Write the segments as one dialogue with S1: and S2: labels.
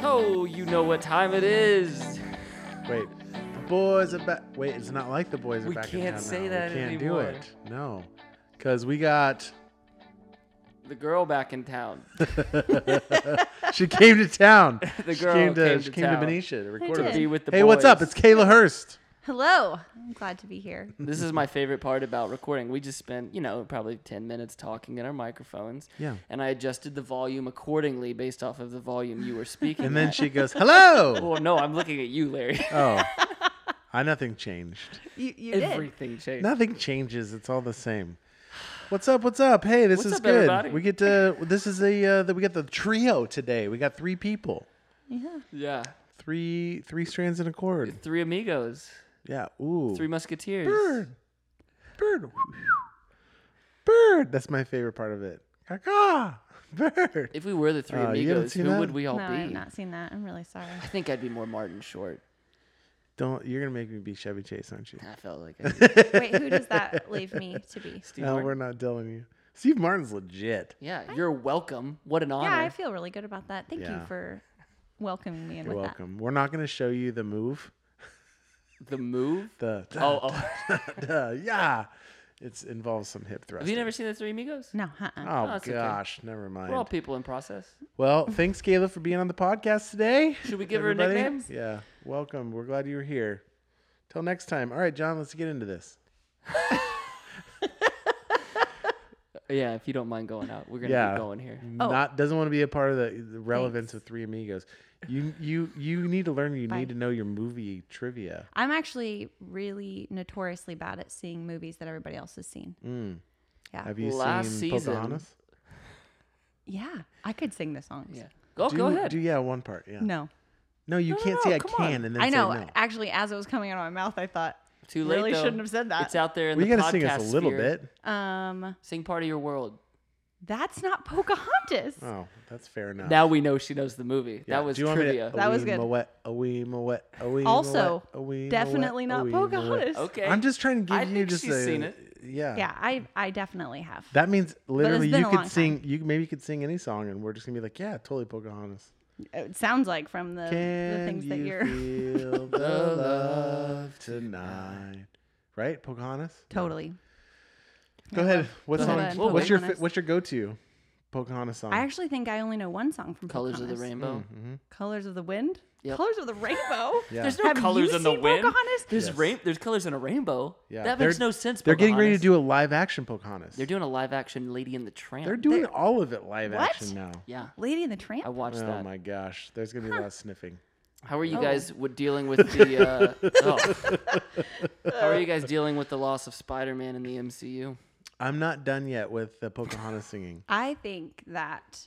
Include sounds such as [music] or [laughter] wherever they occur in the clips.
S1: Oh, you know what time it is.
S2: Wait, the boys are back. Wait, it's not like the boys are
S1: We
S2: back in
S1: can't
S2: town
S1: say
S2: now.
S1: that
S2: We can't
S1: anymore.
S2: do it. No, because we got.
S1: The girl back in town.
S2: She came to town.
S1: [laughs] The
S2: she
S1: girl
S2: came to,
S1: came
S2: she
S1: to
S2: came
S1: town.
S2: to Benicia to record
S3: did.
S2: with us.
S1: Be with the
S2: Hey, what's up?
S1: boys.
S2: It's Kayla Hurst.
S3: Hello. I'm glad to be here.
S1: This is my favorite part about recording. We just spent, you know, probably 10 minutes talking in our microphones.
S2: Yeah.
S1: And I adjusted the volume accordingly based off of the volume
S2: [laughs]
S1: you were speaking.
S2: And then
S1: at.
S2: she
S1: [laughs]
S2: goes, "Hello."
S1: Well, no, I'm looking at you,
S2: [laughs]
S1: Larry.
S2: oh, I nothing changed.
S3: You, you did.
S1: Everything changed.
S2: Nothing changes. It's all the same. What's up? What's up? Hey, this
S1: What's
S2: is
S1: up,
S2: good.
S1: everybody?
S2: We get to. This is the. Uh, the we got the trio today. We got three people.
S3: Yeah.
S1: Yeah.
S2: Three three strands in a cord.
S1: Three amigos,
S2: Yeah. Ooh.
S1: three musketeers.
S2: bird. Bird. Bird. That's my favorite part of it. [laughs] Caw-caw. Bird.
S1: If we were the three
S2: Oh, you
S1: amigos,
S2: haven't
S1: who
S2: seen that?
S1: would we all
S3: no,
S1: be?
S3: I've not seen that. I'm
S2: [laughs]
S3: really sorry.
S1: I think I'd be more Martin Short.
S2: Don't. You're gonna make me be Chevy Chase, aren't you?
S1: I felt like
S2: [laughs]
S1: I
S3: Wait, who does that leave me to be?
S1: Steve
S2: No,
S1: Martin.
S2: we're not telling you. Steve Martin's legit.
S1: Yeah, you're welcome. What an honor.
S3: Yeah, I feel really good about that. Thank
S2: Yeah.
S3: you for welcoming me in
S2: You're
S3: with
S2: welcome. We're not gonna show you the move.
S1: the move.
S2: The. [laughs]
S1: Oh, oh. have
S2: Duh, yeah. It's involves some hip thrusting.
S1: you never seen the Three Amigos?
S3: that. No, uh-uh.
S2: Oh,
S1: that's okay.
S2: gosh, never
S1: We're all
S2: mind.
S1: people in process.
S2: Well, thanks, Kayla, for being on the podcast today.
S1: Should we give her a nickname?
S2: Yeah, welcome. We're glad you were here. Till next time. All right, John, let's get into this.
S1: Yeah, if you don't mind going out, we're gonna
S2: Yeah. Mm.
S1: be going here.
S3: Oh.
S2: Not doesn't want to be a part of the, the relevance of Three Amigos. You you you need to learn. You
S3: Bye.
S2: need to know your movie trivia.
S3: I'm actually really notoriously bad at seeing movies that everybody else has seen. Yeah.
S2: Have you
S1: Mm. Last
S2: seen
S1: season-
S2: Pocahontas?
S3: yeah. I could sing the songs.
S1: Yeah. Go,
S2: do,
S1: Oh, go ahead.
S2: Do yeah, one part. Yeah. No,
S3: No.
S2: you
S1: no,
S2: can't
S1: no,
S2: say I
S1: come on.
S2: can and then
S3: I know.
S2: say no.
S3: Actually, as it was coming out of my mouth, I thought
S1: Too late.
S3: really
S1: though.
S3: shouldn't have said
S1: It's
S3: that.
S1: out there in
S2: We
S1: the podcast.
S2: gotta sing us a little
S1: sphere.
S2: bit.
S3: um,
S1: Sing part of your world.
S3: that's not Pocahontas.
S2: Oh, that's fair enough.
S1: Now we know she knows the movie.
S2: Yeah.
S1: That was
S2: Do you want me to-
S1: trivia.
S2: a
S3: That was
S2: wee
S3: good.
S2: mawet, a wee mawet, a wee
S3: Also,
S2: mawet, a wee
S3: Definitely
S2: mawet, a
S3: not
S2: wee mawet.
S3: Pocahontas.
S1: okay.
S2: I'm just trying to give
S1: I
S2: you
S1: think
S2: just
S1: she's
S2: a
S1: seen it.
S2: yeah.
S3: Yeah, I I definitely have.
S2: That means literally
S3: been
S2: you
S3: a long
S2: could
S3: time.
S2: sing you maybe you could sing any song and we're just gonna be like yeah totally Pocahontas.
S3: It sounds like from the, the
S2: Can
S3: things that
S2: you
S3: you're
S2: feel the love tonight? Right, Pocahontas.
S3: [laughs] totally.
S2: Go ahead. What
S1: Go
S2: song?
S3: ahead.
S2: What's your
S3: Pocahontas.
S2: what's your go to Pocahontas song? Oh,
S3: I actually think I only know one song from
S1: Colors of the
S3: Pocahontas.
S1: Rainbow.
S3: Colors of the Wind.
S1: Yep.
S3: Colors
S1: [laughs]
S3: of the Rainbow.
S2: Mm, Mm-hmm. Yeah.
S1: There's no
S3: Have
S1: colors
S3: you
S1: in the
S3: seen
S1: wind.
S3: Pocahontas?
S1: There's
S2: Yes.
S1: rain. There's colors in a rainbow.
S2: yeah,
S1: That
S2: They're-
S1: makes no sense.
S2: They're getting ready to
S1: Pocahontas.
S2: do a live action Pocahontas.
S1: They're doing a live action Lady and the Tramp.
S2: They're doing all of it live
S3: What?
S2: action now.
S1: Yeah,
S3: Lady and the Tramp.
S1: I watched
S2: Oh
S1: that.
S2: my gosh, there's gonna be a lot of sniffing.
S1: How are
S3: Oh.
S1: you guys with dealing with the?
S3: [laughs]
S1: Uh, oh. How are you guys dealing with the loss of Spider-Man in the MCU?
S2: I'm not done yet with the [laughs] Pocahontas singing.
S3: I think that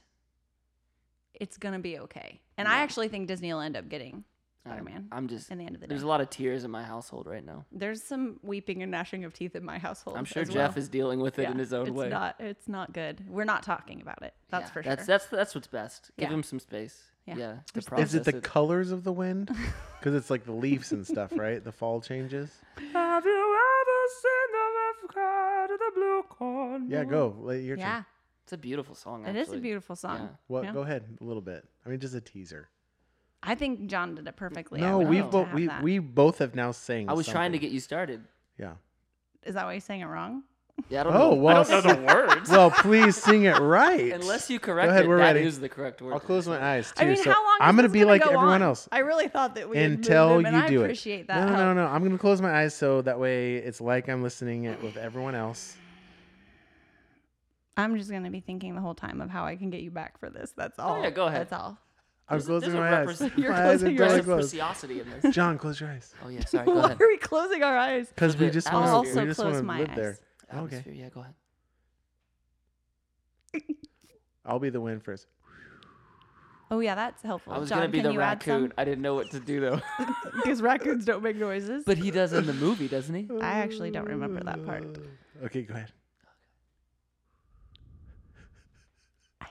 S3: it's gonna be okay, and I actually think Disney will end up getting Spider-Man.
S1: I'm just.
S3: in the end of the day,
S1: There's a lot of tears in my household right now.
S3: there's some weeping and gnashing of teeth in my household.
S1: I'm sure
S3: as
S1: Jeff
S3: well.
S1: is dealing with it
S3: Yeah,
S1: in his own
S3: it's
S1: way.
S3: Not, it's not good. We're not talking about it. That's
S1: Yeah,
S3: for
S1: That's
S3: sure.
S1: that's that's what's best. Give
S3: Yeah.
S1: him some space. Yeah.
S3: Yeah.
S1: to process
S2: Is it the
S1: it.
S2: colors of the
S3: [laughs]
S2: wind? Because it's like the leaves and stuff, right? The fall changes.
S1: Have you ever seen the left side of the blue corn?
S2: Yeah, go. Let your turn.
S3: yeah,
S1: It's a beautiful song.
S3: it
S1: Actually.
S3: is a beautiful song.
S1: Yeah.
S2: Well,
S3: Yeah.
S2: go ahead a little bit. I mean, just a teaser.
S3: I think John did it perfectly. I
S2: no,
S3: would
S2: we've
S3: love to
S2: both
S3: have
S2: we
S3: that.
S2: we both have now sang.
S1: I was trying to get you started.
S2: Yeah.
S3: [laughs] Is that why you're saying it wrong?
S1: Yeah, I don't
S2: Oh,
S1: know.
S2: well-
S1: I don't know the
S2: [laughs]
S1: words.
S2: Well, please sing it right.
S1: Unless you correct
S2: ahead,
S1: it,
S2: we're
S1: that
S2: ready.
S1: is the correct word.
S2: I'll close my eyes too.
S3: I mean,
S2: so
S3: how long?
S2: I'm
S3: is
S2: gonna
S3: this
S2: be like
S3: go
S2: everyone
S3: on?
S2: else
S3: I really thought that we had moved
S2: until
S3: him, and
S2: you
S3: I
S2: do
S3: appreciate
S2: it.
S3: that.
S2: no, no,
S3: help.
S2: no, no. I'm gonna close my eyes so that way it's like I'm listening it with everyone else.
S3: I'm just gonna be thinking the whole time of how I can get you back for this. That's all.
S1: Oh, yeah, go ahead.
S3: That's all.
S2: I'm
S1: There's
S2: closing
S1: a
S2: my eyes.
S1: represent-
S2: My
S3: You're
S2: eyes are
S3: closing your
S2: totally
S3: eyes.
S2: closed.
S1: Reciprocity in this.
S2: John, close your eyes.
S1: Oh yeah,
S3: [laughs]
S1: sorry. Go
S3: Why
S1: [laughs] ahead.
S3: are we closing our eyes?
S2: Because we
S1: the
S2: just
S1: I'll
S2: want to.
S3: also
S2: We just want
S3: close
S2: to
S3: my
S2: live
S3: eyes.
S2: there. Okay.
S1: Atmosphere, Yeah, go ahead.
S2: I'll be the wind first.
S3: Oh yeah, that's helpful.
S1: I was
S3: John,
S1: gonna be
S3: can
S1: the
S3: you add some?
S1: raccoon. I didn't know what to do though.
S3: [laughs] because raccoons don't make noises.
S1: [laughs] but he does in the movie, doesn't he?
S3: I actually don't remember that
S2: [laughs]
S3: part.
S2: Okay, go ahead.
S3: I,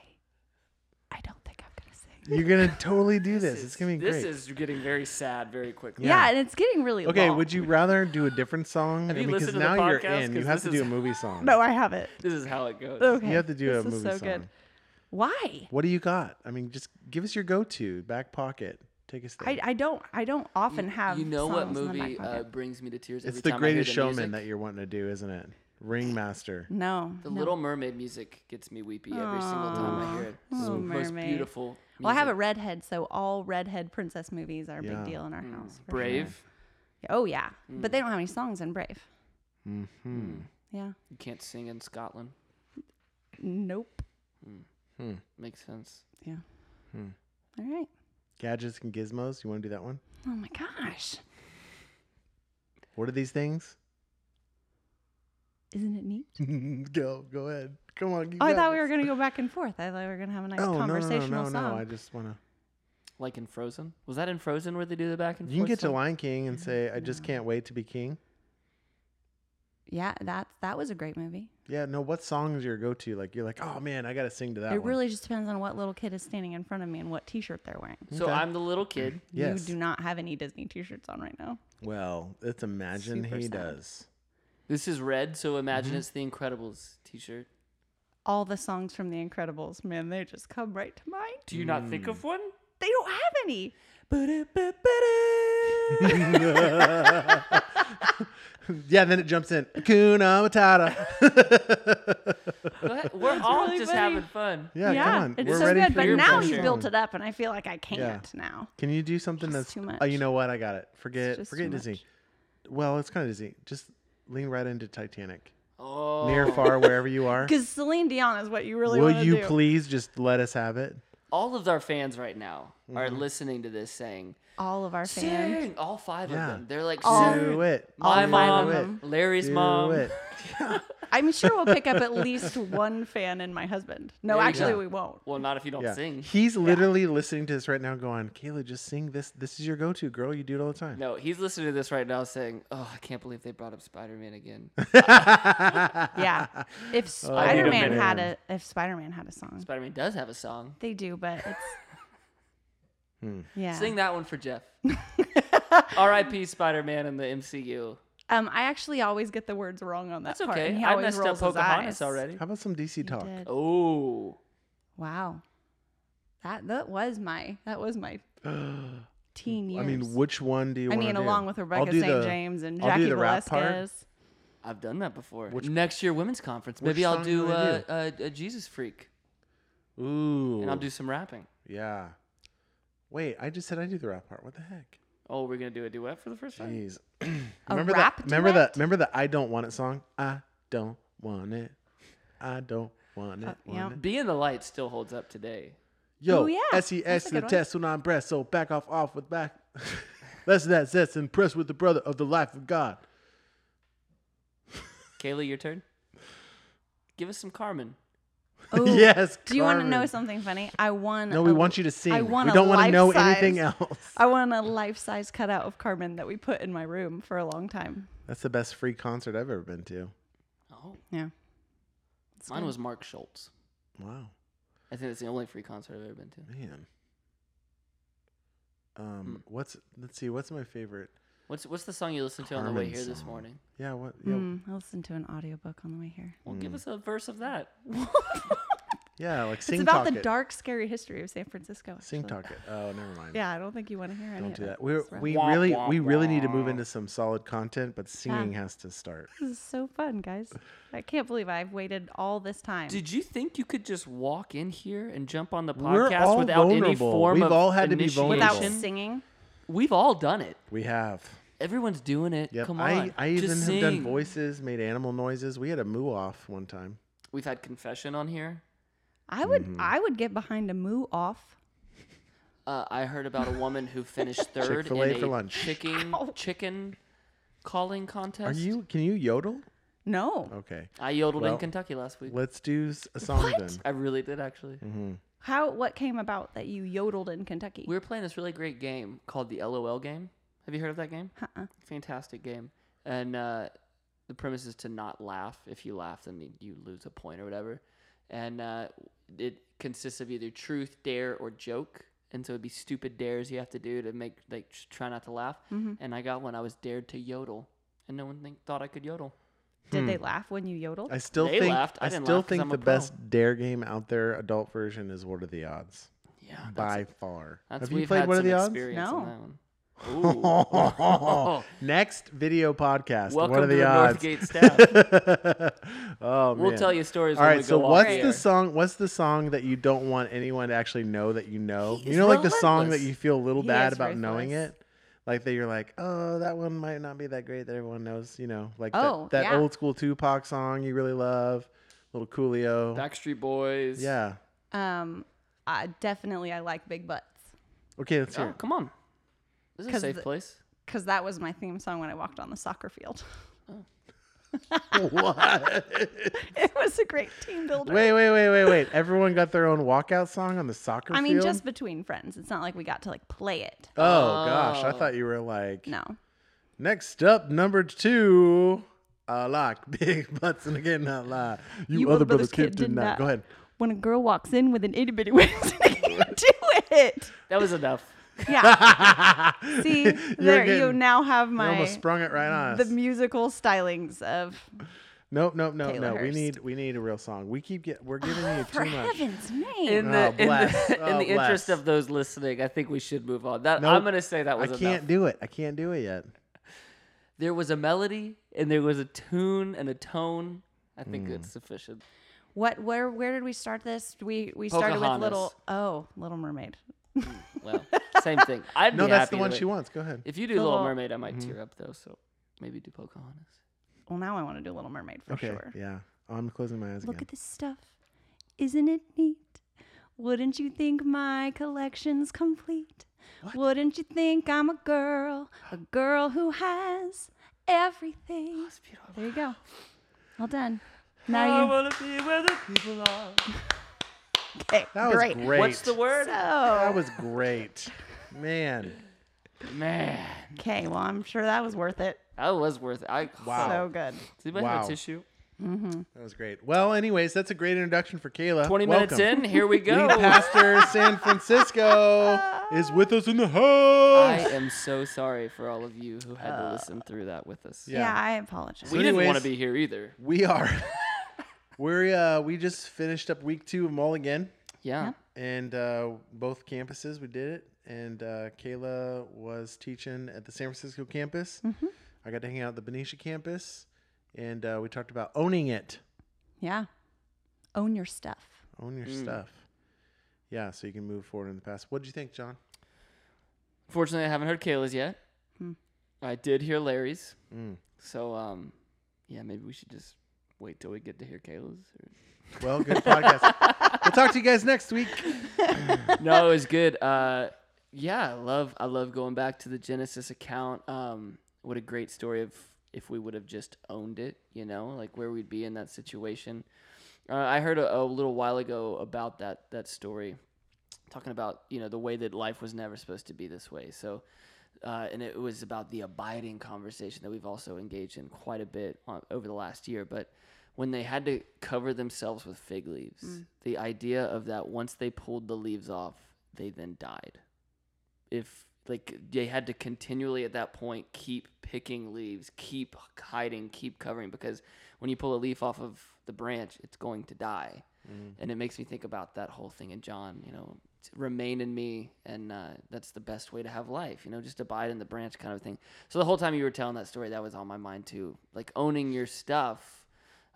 S3: I don't think I'm gonna sing.
S2: You're
S3: [laughs]
S2: gonna totally do this. it's gonna be great.
S1: This is getting very sad very quickly.
S3: Yeah,
S2: Yeah.
S3: and it's getting really
S2: okay,
S3: long.
S2: would you rather do a different song?
S1: Have you
S2: because
S1: listened to the
S2: now you're
S1: podcast?
S2: in. You
S1: 'Cause
S2: have
S1: this
S2: to do
S1: is-
S2: a movie song.
S3: No, I haven't.
S1: This is how it goes.
S3: Okay,
S2: you have to do
S3: this
S2: a
S3: is
S2: movie
S3: so
S2: song.
S3: good. Why?
S2: What do you got? I mean, just give us your go-to back pocket. Take us there.
S3: I, I don't I don't often have
S1: you know what
S3: songs in the back
S1: movie uh,
S3: pocket.
S1: brings me to tears every
S2: it's the
S1: time
S2: greatest
S1: I hear the
S2: showman
S1: music?
S2: that you're wanting to do, isn't it? Ringmaster.
S3: no
S1: The
S3: no.
S1: Little Mermaid music gets me weepy every
S2: Oh.
S1: single time I hear it. It's
S3: Little
S1: the most
S3: Oh, Mermaid.
S1: beautiful.
S3: Well, I have a
S1: music.
S3: redhead, so all redhead princess movies are a
S2: Yeah.
S3: big deal in our house.
S1: Hmm. Mm.
S3: for sure.
S1: Brave. Hmm.
S3: Oh yeah, but they don't have any songs in Brave.
S2: Mm-hmm.
S3: Yeah.
S1: You can't sing in Scotland.
S3: Nope.
S1: Makes sense.
S3: Yeah. All right.
S2: Gadgets and gizmos. You want to do that one?
S3: Oh my gosh,
S2: What are these things? [laughs]
S3: isn't it neat?
S2: go, go ahead. Come on.
S3: Oh, I thought we
S2: [laughs]
S3: were gonna go back and forth. I thought we were gonna have a nice conversational
S2: Oh, no, no, no,
S3: song.
S2: I just want to.
S1: Like in Frozen. Was that in Frozen where they do the back and
S2: You can
S1: forth?
S2: get to
S1: song?
S2: Lion King and say, "I just can't wait to be king."
S3: Yeah, that that was a great movie.
S2: Yeah. No. What songs your go-to? Like you're like, oh man, I gotta sing to that.
S3: it
S2: one."
S3: really just depends on what little kid is standing in front of me and what T-shirt they're wearing.
S1: So
S2: Okay.
S1: I'm the little kid.
S2: Yes.
S3: You do not have any Disney T-shirts on right now.
S2: Well, let's imagine
S3: Super
S2: he
S3: sad.
S2: does.
S1: This is red, so imagine it's the Incredibles T-shirt.
S3: All the songs from The Incredibles, man, they just come right to mind.
S1: Do you not think
S3: Mm.
S1: of one?
S3: They don't have any. [laughs]
S2: yeah. Then it jumps in. Kuna
S3: [laughs]
S2: Matata.
S1: What? We're all
S3: really
S1: just
S3: funny.
S1: having fun.
S2: Yeah. come on.
S3: it's
S2: we're
S3: so
S2: ready
S3: good.
S2: for
S3: But
S2: your best
S3: now he's
S1: pressure.
S2: song.
S3: built it up, and I feel like I can't now.
S2: Can you do something that's
S3: too
S2: Oh, you
S3: much.
S2: know what? I got it. Forget
S3: just
S2: forget
S3: too
S2: Disney.
S3: much.
S2: Well, it's kind of Disney. Just lean right into Titanic.
S1: Oh,
S2: Near, far, wherever you
S3: [laughs]
S2: are.
S3: Because Celine Dion is what you really want
S2: Will
S3: to
S2: you
S3: do.
S2: please just let us have it?
S1: all of our fans right now are listening to this saying,
S3: All of our fans.
S1: "Sing!" All five
S2: Yeah.
S1: of them. They're like,
S3: All-
S1: "Sing."
S2: Do it.
S1: my
S3: all
S2: Do
S1: mom,
S2: it.
S3: them.
S1: Larry's
S2: Do
S1: mom.
S2: [laughs] it.
S3: I'm sure we'll pick up at least one fan in my husband. No,
S1: There you
S3: actually,
S1: go.
S2: [laughs]
S3: we won't.
S1: Well, not if you don't
S2: Yeah.
S1: sing.
S2: He's literally listening to this right now going, Kayla, just sing this. This is your go to, girl. You do it all the time.
S1: No, he's listening to this right now saying, "Oh, I can't believe they brought up Spider-Man [laughs] again."
S2: [laughs]
S3: Yeah. If
S2: I need Oh, a
S3: Spider Man had
S2: man.
S3: a if Spider Man had a song,
S1: Spider-Man does have a song.
S3: they do, but it's
S2: Hmm.
S3: yeah.
S1: Sing that one for
S3: [laughs]
S1: Jeff. R.I.P. Spider-Man in the MCU.
S3: Um, I actually always get the words wrong on that
S1: That's
S3: part. and
S1: okay.
S3: he
S1: I
S3: always
S1: messed up
S3: rolls his
S1: Pocahontas
S3: eyes.
S1: already.
S2: How about some DC talk?
S3: Did.
S1: Oh,
S3: Wow, that that was my that was
S2: [gasps]
S3: my teen years.
S2: I mean, which one do you
S3: I
S2: want
S3: mean, along with Rebecca St. James and Jackie
S2: [laughs]
S3: Velasquez.
S1: I've done that before. Next year, women's conference. Maybe
S2: Which
S1: I'll
S2: song you
S1: do, uh,
S2: wanna
S1: uh a Jesus freak,
S2: Ooh.
S1: and I'll do some rapping.
S2: Yeah. Wait, I just said I do the rap part. What the heck?
S1: Oh, we're gonna do a duet for the first time.
S2: Jeez. [clears throat]
S3: A
S2: remember
S3: rap
S2: that? Remember
S3: duet?
S2: that? Remember the I don't want it song? I don't want it. I don't want it.
S3: Uh, yeah.
S2: want it.
S1: Be in the light still holds up today.
S2: Yo, E
S3: Oh, yeah.
S2: SES
S3: That's a
S2: to the
S3: good one.
S2: test when I'm breast, so back off off with back. [laughs] Less of that zest and press with the brother of the life of God. [laughs]
S1: Kaylee, your turn. Give us some Carmen.
S3: Oh,
S2: yes.
S3: Do you want to know
S2: Carmen.
S3: something funny? I won.
S2: No, we
S3: a-
S2: want you to sing.
S3: I want
S2: we
S3: a
S2: don't want to know
S3: life-size-
S2: anything else.
S3: I won a life size cutout of Carmen that we put in my room for a long time.
S2: That's the best free concert I've ever been to.
S1: Oh,
S3: Yeah. It's
S1: mine
S3: good.
S1: was Mark Schultz.
S2: Wow,
S1: I think that's the only free concert I've ever been to.
S2: man. Um,
S3: Mm.
S2: what's let's see, what's my favorite?
S1: What's What's the song you listened to on the way
S2: Carmen
S1: here this
S2: song.
S1: morning?
S2: Yeah, what? Yeah,
S3: Mm, I listened to an audiobook on the way
S1: [laughs]
S3: here.
S1: Well,
S2: Hmm.
S1: give us a verse of that.
S2: yeah like sing
S3: it's about
S2: talk
S3: the
S2: it.
S3: dark, scary history of San Francisco.
S2: Sing
S3: actually.
S2: talk it. Oh, never mind.
S3: Yeah, I don't think you want to hear any
S2: Don't
S3: of
S2: do
S3: it.
S2: that. We're,
S3: It's rough.
S2: we
S1: Wah,
S2: really
S1: wah,
S2: we really need to
S1: wah.
S2: move into some solid content, but singing has to start.
S3: This is so fun, guys. I can't believe I've waited all this time.
S1: Did you think you could just walk in here and jump on the
S2: We're
S1: podcast
S2: all
S1: without any
S2: vulnerable.
S1: form
S2: We've
S1: of
S2: all had to be
S1: initiation?
S2: vulnerable.
S3: Without singing?
S1: We've all done it.
S2: We have.
S1: Everyone's doing it.
S2: Yep.
S1: Come on.
S2: I, I even
S1: just
S2: have done
S1: sing.
S2: voices, made animal noises. We had a moo off one time.
S1: We've had confession on here.
S3: I would I would get behind a moo off.
S1: Uh, I heard about a woman who
S2: [laughs]
S1: finished third in
S2: Chick-fil-A
S1: a
S2: for lunch.
S1: chicken
S3: Ow.
S1: chicken calling contest.
S2: Are you? Can you yodel?
S3: No.
S2: Okay.
S1: I yodeled
S2: Well,
S1: in Kentucky last week.
S2: Let's do s- a song
S3: What?
S2: then.
S1: I really did actually.
S3: How what came about that you yodeled in Kentucky?
S1: We were playing this really great game called the LOL game. Have you heard of that game?
S3: Uh-uh.
S1: Fantastic game. And uh, the premise is to not laugh. If you laugh, then you- you lose a point or whatever. And uh, it consists of either truth, dare, or joke. And so it'd be stupid dares you have to do to make like tr- try not to laugh. And I got one. I was dared to yodel, and no one think, thought I could yodel.
S3: Did they laugh when you yodeled?
S2: I still
S1: They
S2: think
S1: laughed. I
S2: I,
S1: didn't
S2: still
S1: laugh 'cause
S2: think
S1: I'm a
S2: the
S1: pro.
S2: best dare game out there, adult version, is What Are the Odds?
S1: Yeah. Oh, that's-
S2: By far.
S1: that's-
S2: Have you
S1: we've
S2: played
S1: had
S2: What Are
S1: some
S2: the Odds?
S1: experience [laughs]
S3: No.
S1: in that one. Ooh.
S2: [laughs]
S1: [laughs]
S2: Next video podcast.
S1: Welcome
S2: what
S1: to
S2: are the,
S1: the
S2: odds?
S1: Northgate staff.
S2: [laughs] oh man.
S1: We'll tell you stories.
S2: All
S1: when
S2: right,
S1: we
S2: so
S1: go off
S2: what's
S1: the
S2: the
S1: air.
S2: song? What's the song that you don't want anyone to actually know that you know?
S1: He
S2: You
S1: is
S2: know, like the song that
S1: relentless.
S2: you feel a little
S3: He
S2: bad
S3: is
S2: about knowing
S3: ruthless.
S2: it, like that you're like, oh, that one might not be that great that everyone knows. You know, like
S3: Oh,
S2: that, that
S3: yeah.
S2: old school Tupac song you really love, little Coolio.
S1: Backstreet Boys?
S2: yeah.
S3: Um, I definitely I like big butts
S2: Okay, let's hear.
S1: Oh,
S2: it.
S1: come on. This is a
S3: 'Cause
S1: safe
S3: the-
S1: place.
S3: because that was my theme song when I walked on the soccer field. [laughs]
S2: what?
S3: it was a great team builder.
S2: wait, wait, wait, wait, wait. Everyone got their own walkout song on the soccer
S3: I mean,
S2: field?
S3: just between friends. It's not like we got to like play it.
S2: Oh, gosh, I
S1: Oh.
S2: thought you were like.
S3: No.
S2: Next up, number two. I like [laughs] big butts, and again, not lie. You, other brother's kid did not. Go ahead.
S3: When a girl walks in with an itty bitty [laughs] waist, you do it.
S1: That was enough.
S3: Yeah.
S2: [laughs]
S3: See,
S2: You're
S3: there you
S2: getting-
S3: now have
S2: you
S3: my
S2: almost sprung it right on
S3: the
S2: us.
S3: musical stylings of
S2: nope, nope, nope,
S3: Taylor
S2: no. We
S3: Hurst.
S2: need we need a real song. We keep get we're giving you
S3: for
S2: too much.
S3: heaven's
S1: [laughs]
S3: name.
S1: In
S2: Oh,
S1: the, in
S2: bless.
S1: the, [laughs] in
S2: Oh,
S1: the interest
S2: bless.
S1: of those listening, I think we should move on. That
S2: Nope.
S1: I'm going to say that
S2: I
S1: was
S2: can't
S1: enough.
S2: do it. I can't do it yet.
S1: there was a melody and there was a tune and a tone. I think
S2: Hmm.
S1: it's sufficient.
S3: what where where did we start this? We we started with
S1: Pocahontas.
S3: little oh, Little Mermaid.
S1: Well, same
S2: [laughs]
S1: thing. I'd
S2: No,
S1: be
S2: that's
S1: happy
S2: the one
S1: with-
S2: she wants. Go ahead.
S1: If you do
S3: The
S1: Little
S3: little-
S1: Mermaid, I might
S2: Hmm.
S1: tear up though. So maybe do Pocahontas.
S3: Well, now I want to do Little Mermaid for
S2: Okay.
S3: sure.
S2: Yeah. Oh, I'm closing my eyes
S3: Look
S2: again.
S3: at this stuff. Isn't it neat? Wouldn't you think my collection's complete? Wouldn't you think I'm a girl, a girl who has
S2: [gasps]
S3: everything?
S1: It's beautiful.
S3: There you go. All done.
S1: I
S2: Oh,
S3: Now you
S1: want to be where the people are.
S3: okay.
S2: That was
S3: great.
S2: great.
S1: What's the word?
S2: That
S3: So
S2: was great, man.
S1: Man,
S3: okay, well I'm sure that was worth it.
S1: that was worth it. I,
S2: Wow.
S3: So good.
S1: Does anybody have
S2: Wow.
S1: a tissue?
S2: That was great. Well, anyways, that's a great introduction for Kayla.
S1: 20 minutes
S2: Welcome.
S1: in,
S2: [laughs]
S1: here we go.
S2: Lead pastor San Francisco is with us in the
S1: I
S2: house.
S1: am so sorry for all of you who had to listen through that with us.
S2: Yeah.
S3: Yeah, I apologize.
S1: Uh, We
S2: So
S1: didn't want
S2: anyways-
S1: to be here either.
S2: We are. [laughs] We're uh, we just finished up week two of Mulligan,
S1: Yeah.
S2: and uh, both campuses we did it. And uh, Kayla was teaching at the San Francisco campus. I got to hang out at the Benicia campus, and uh, we talked about owning it,
S3: yeah. Own your stuff.
S2: own your stuff. Yeah, so you can move forward in the past. What did you think, John?
S1: Fortunately, I haven't heard Kayla's yet.
S3: Hmm.
S1: I did hear Larry's.
S2: Mm.
S1: So, um, yeah, maybe we should just wait till we get to hear Kayla's. or-
S2: Well, good [laughs] podcast. we'll talk to you guys next week.
S1: no, it was good. Uh, yeah, I love I love going back to the Genesis account. Um, what a great story of if we would have just owned it, you know, like where we'd be in that situation. Uh, I heard a, a little while ago about that that story, talking about you know the way that life was never supposed to be this way. So, uh, and it was about the abiding conversation that we've also engaged in quite a bit on, over the last year. But when they had to cover themselves with fig leaves, the idea of that once they pulled the leaves off, they then died. If like they had to continually at that point keep picking leaves, keep hiding, keep covering because when you pull a leaf off of the branch, it's going to die. And it makes me think about that whole thing in John, you know, t- remain in me. And uh, that's the best way to have life, you know, just abide in the branch kind of thing. So the whole time you were telling that story, that was on my mind too. Like owning your stuff,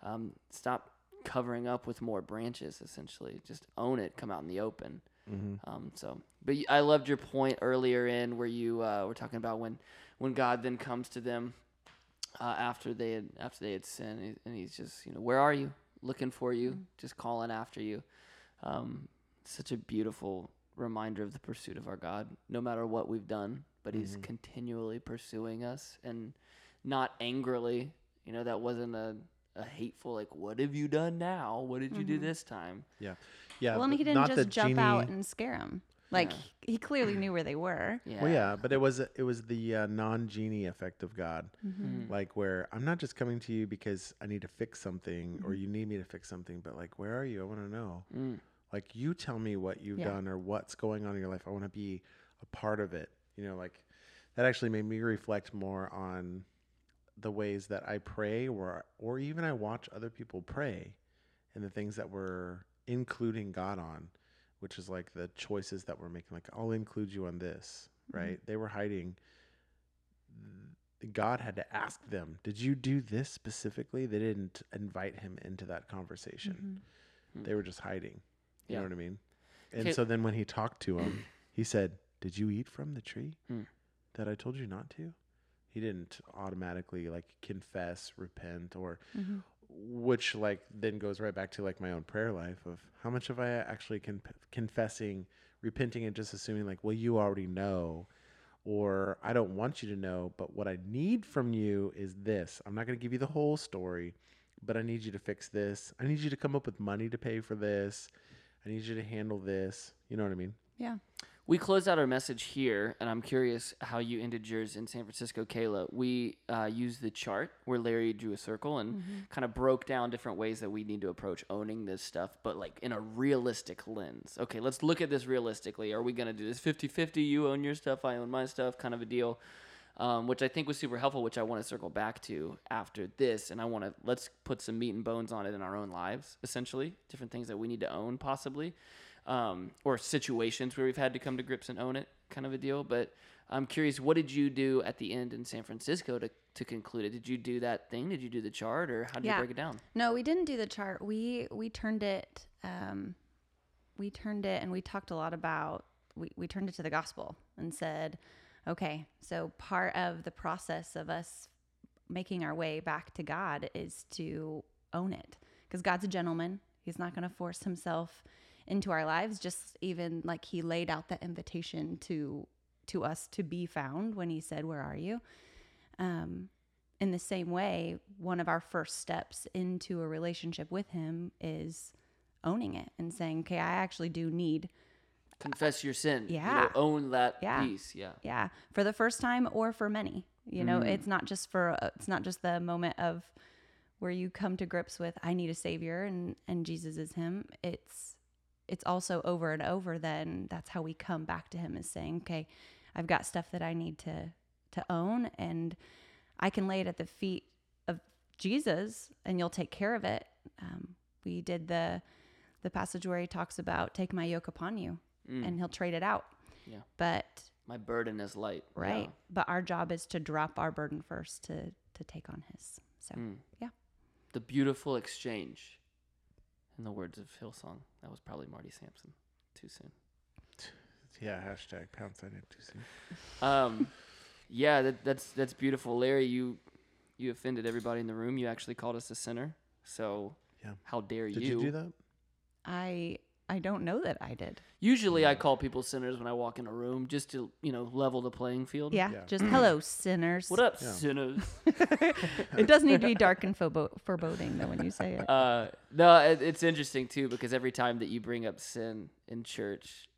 S1: um, stop covering up with more branches, essentially. Just own it, come out in the open. Um, so, but y- I loved your point earlier in where you uh, were talking about when, when God then comes to them uh, after they had after they had sinned, and he- and he's just you know where are you? Looking for you, just calling after you. Um, such a beautiful reminder of the pursuit of our God, no matter what we've done, but He's continually pursuing us and not angrily. You know that wasn't a, a hateful like what have you done now? What did you do this time?
S2: Yeah, yeah.
S3: well, and
S2: but
S3: he didn't
S2: not the
S3: just jump
S2: genie-
S3: out and scare him. Like he clearly knew where they were.
S1: Yeah,
S2: Well, yeah, but it was it was the uh, non genie effect of God,
S3: Mm-hmm. Mm.
S1: Mm-hmm.
S2: like where I'm not just coming to you because I need to fix something or
S3: Mm-hmm.
S2: you need me to fix something, but like where are you? I want to know.
S1: Mm.
S2: Like you tell me what you've
S3: Yeah.
S2: done or what's going on in your life. I want to be a part of it. You know, like that actually made me reflect more on the ways that I pray or or even I watch other people pray and the things that we're including God on, which is like the choices that we're making like I'll include you on this, right? They were hiding God had to ask them, "Did you do this specifically?" They didn't invite him into that conversation.
S3: Mm-hmm.
S2: They were just hiding.
S1: Mm.
S2: You
S1: Yeah.
S2: know what I mean? And
S1: Can-
S2: so then when he talked
S1: [clears throat]
S2: to him, he said, "Did you eat from the tree
S1: Hmm.
S2: that I told you not to?" He didn't automatically like confess, repent, or
S3: Mm-hmm.
S2: which like then goes right back to like my own prayer life of how much have I actually con- confessing, repenting, and just assuming like, well, you already know, or I don't want you to know, but what I need from you is this. I'm not going to give you the whole story, but I need you to fix this. I need you to come up with money to pay for this. I need you to handle this. You know what I mean?
S3: Yeah.
S1: We close out our message here, and I'm curious how you ended yours in San Francisco, Kayla. We uh, used the chart where Larry drew a circle and kind of broke down different ways that we need to approach owning this stuff, but like in a realistic lens. Okay, let's look at this realistically. Are we going to do this 50 50? You own your stuff, I own my stuff, kind of a deal, um, which I think was super helpful, which I want to circle back to after this. And I want to let's put some meat and bones on it in our own lives, essentially, different things that we need to own, possibly um, or situations where we've had to come to grips and own it, kind of a deal. But I'm curious, what did you do at the end in San Francisco to, to conclude it? Did you do that thing? Did you do the chart, or how did
S3: Yeah.
S1: you break it down?
S3: No, we didn't do the chart. We we turned it um we turned it and we talked a lot about we, we turned it to the gospel and said, okay, so part of the process of us making our way back to God is to own it. Because God's a gentleman. He's not gonna force himself into our lives, just even like he laid out that invitation to to us to be found when he said, Where are you? Um, in the same way, one of our first steps into a relationship with him is owning it and saying, okay, I actually do need,
S1: Confess your sin. you know,
S3: Yeah.
S1: own that
S3: Yeah.
S1: piece. Yeah.
S3: yeah, for the first time or for many. You know, it's not just for, uh, it's not just the moment of where you come to grips with, I need a savior and, and Jesus is him. It's, it's also over and over then that's how we come back to him is saying okay i've got stuff that i need to to own and i can lay it at the feet of jesus and you'll take care of it um, we did the the passage where he talks about take my yoke upon you and he'll trade it out
S1: Yeah.
S3: but
S1: Mm. My burden is light. Yeah.
S3: right but our job is to drop our burden first to to take on his so
S1: Mm.
S3: yeah
S1: The beautiful exchange. In the words of Hillsong, that was probably Marty Sampson. Too soon.
S2: Yeah. Hashtag pound sign empty soon.
S1: Um, yeah, that, that's that's beautiful, Larry. You you offended everybody in the room. You actually called us a sinner. So
S2: Yeah.
S1: how dare
S2: Did you do that?
S3: i i don't know that i did
S1: Usually, I call people sinners when I walk in a room just to, you know, level the playing field.
S3: yeah,
S2: Yeah.
S3: just hello sinners
S1: What up,
S2: Yeah.
S1: sinners?
S2: [laughs]
S1: [laughs]
S3: it does need to be dark and fobo- foreboding though when you say it.
S1: uh, no, it, it's interesting too because every time that you bring up sin in church,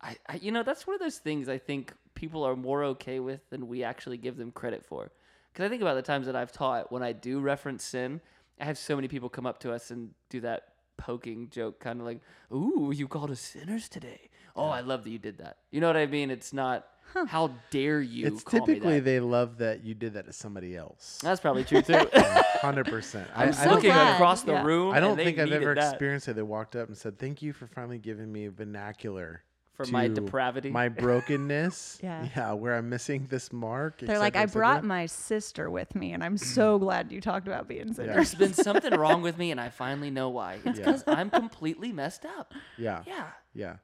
S1: I, I, you know, that's one of those things I think people are more okay with than we actually give them credit for. Because I think about the times that I've taught when I do reference sin, I have so many people come up to us and do that poking joke, kind of like, "Ooh, you called us sinners today." Oh, I love that you did that. You know what I mean? It's not. How dare you?
S2: It's
S1: call
S2: typically
S1: me that.
S2: they love that you did that to somebody else.
S1: That's probably true
S3: [laughs]
S1: too.
S2: [laughs] Hundred percent.
S1: I'm
S3: so
S1: looking
S3: glad.
S1: across the
S3: Yeah.
S1: room.
S2: I don't
S1: and they
S2: think I've
S1: needed
S2: ever
S1: that
S2: experienced it. They walked up and said, "Thank you for finally giving me vernacular
S1: for my
S2: to
S1: depravity.
S2: my brokenness."
S3: [laughs] Yeah.
S2: yeah, where I'm missing this mark.
S3: They're
S2: et
S3: like,
S2: cetera,
S3: I
S2: et
S3: brought
S2: cetera."
S3: my sister with me, and I'm so glad you talked about being
S1: [laughs] [laughs]
S3: sinners.
S1: There's been something wrong with me, and I finally know why. It's
S2: Yeah.
S1: because I'm completely messed up.
S2: [laughs] yeah, yeah,
S1: Yeah,
S2: yeah,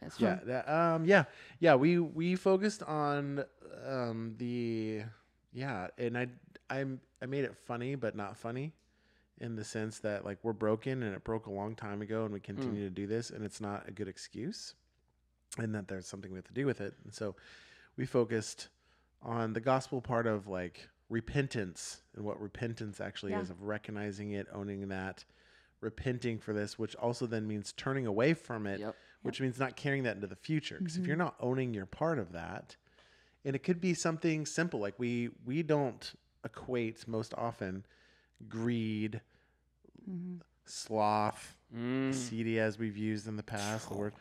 S1: that's true.
S2: yeah. That, um, yeah, yeah. We we focused on um the yeah, and I I I made it funny, but not funny. In the sense that, like, we're broken and it broke a long time ago, and we continue to do this, and it's not a good excuse. and that there's something we have to do with it. And so we focused on the gospel part of like repentance and what repentance actually
S3: Yeah.
S2: is of recognizing it, owning that, repenting for this, which also then means turning away from it,
S1: Yep.
S2: which means not carrying that into the future. Because if you're not owning your part of that, and it could be something simple like we we don't equate most often greed, sloth,
S3: Mm-hmm.
S1: Mm.
S2: seedy as we've used in the past, the word